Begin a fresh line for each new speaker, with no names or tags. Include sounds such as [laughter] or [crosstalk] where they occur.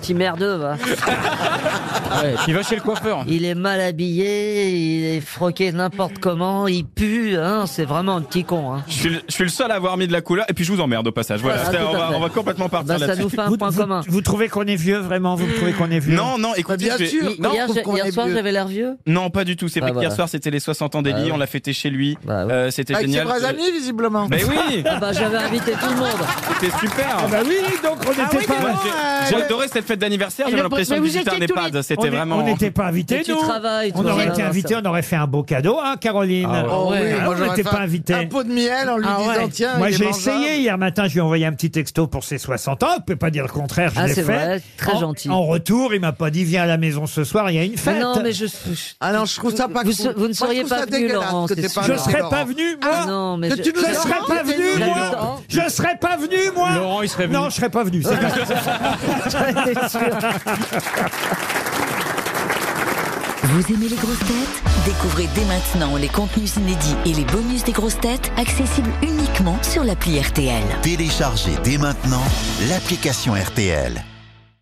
petit merdeux, va.
Il va chez le coiffeur.
Il est mal habillé, il est froqué n'importe comment, il pue, hein, c'est vraiment un petit con. Hein.
Je suis, le- je suis le seul à avoir mis de la couleur. Et puis je vous emmerde au passage. Voilà,
Voilà,
c'est-
tout à
on, va,
fait.
on va complètement partir
Bah, ça nous
là-dessus.
fait un
Vous,
point
vous-
commun.
vous trouvez qu'on est vieux, vraiment Vous trouvez qu'on est vieux
Non, non, écoutez,
bien
je vais-
sûr.
Hi-
non,
hier
je trouve
j'ai-
qu'on
hier
est
soir,
vieux.
j'avais l'air vieux
non, pas du tout. C'est
Bah,
vrai qu'hier
voilà.
soir, c'était les 60 ans d'Eli.
Bah,
on l'a fêté chez lui.
Bah, ouais.
Euh, c'était
Avec ses
génial.
vrais amis, visiblement.
Mais oui,
Ah bah, J'avais invité tout le monde.
c'était super.
Ah bah oui, donc on n'était
oui,
pas.
mais bon,
J'ai-
euh,
J'ai
le-
adoré cette fête d'anniversaire.
Et
J'avais
le-
l'impression
mais
de
vous
visiter un
étiez tous
EHPAD.
on
C'était
est- On
vraiment.
n'était pas
Et
invités,
tu
nous.
travailles,
On
toi.
aurait
Ah,
été
ça-
invités, on aurait fait un beau cadeau, hein, Caroline
Ah ouais.
Oh oui,
Ah,
moi
on
j'aurais
n'était
fait
pas
un-
invités.
Un pot de miel en lui
Ah
disant
ouais.
tiens.
Moi,
il est
j'ai
mangeable.
essayé hier matin, je lui ai envoyé un petit texto pour ses 60 ans. On peut pas dire le contraire, je
Ah,
l'ai
c'est
fait.
vrai, très
en,
gentil.
En retour, il m'a pas dit viens à la maison ce soir, il y a une
Mais
fête.
non, mais je, je-
Ah non, je trouve ça pas
Vous
cool.
se- vous ne
Moi, je
seriez
trouve
pas
ça
venu,
dégueulasse
Laurent,
que
c'est
t'es
sûr.
pas
Je
là,
serais
Ah, Laurent.
pas venu, moi.
Ah non, mais
Que
je-
tu nous
Je
as
serais
dit,
pas
t'es
venu,
nul.
moi. Je serais pas venu, moi.
Laurent, il serait venu.
Non, je serais pas
[laughs]
venu. c'est vrai.
Vous aimez les grosses têtes Découvrez dès maintenant les contenus inédits et les bonus des grosses têtes accessibles uniquement sur l'appli RTL.
Téléchargez dès maintenant l'application RTL.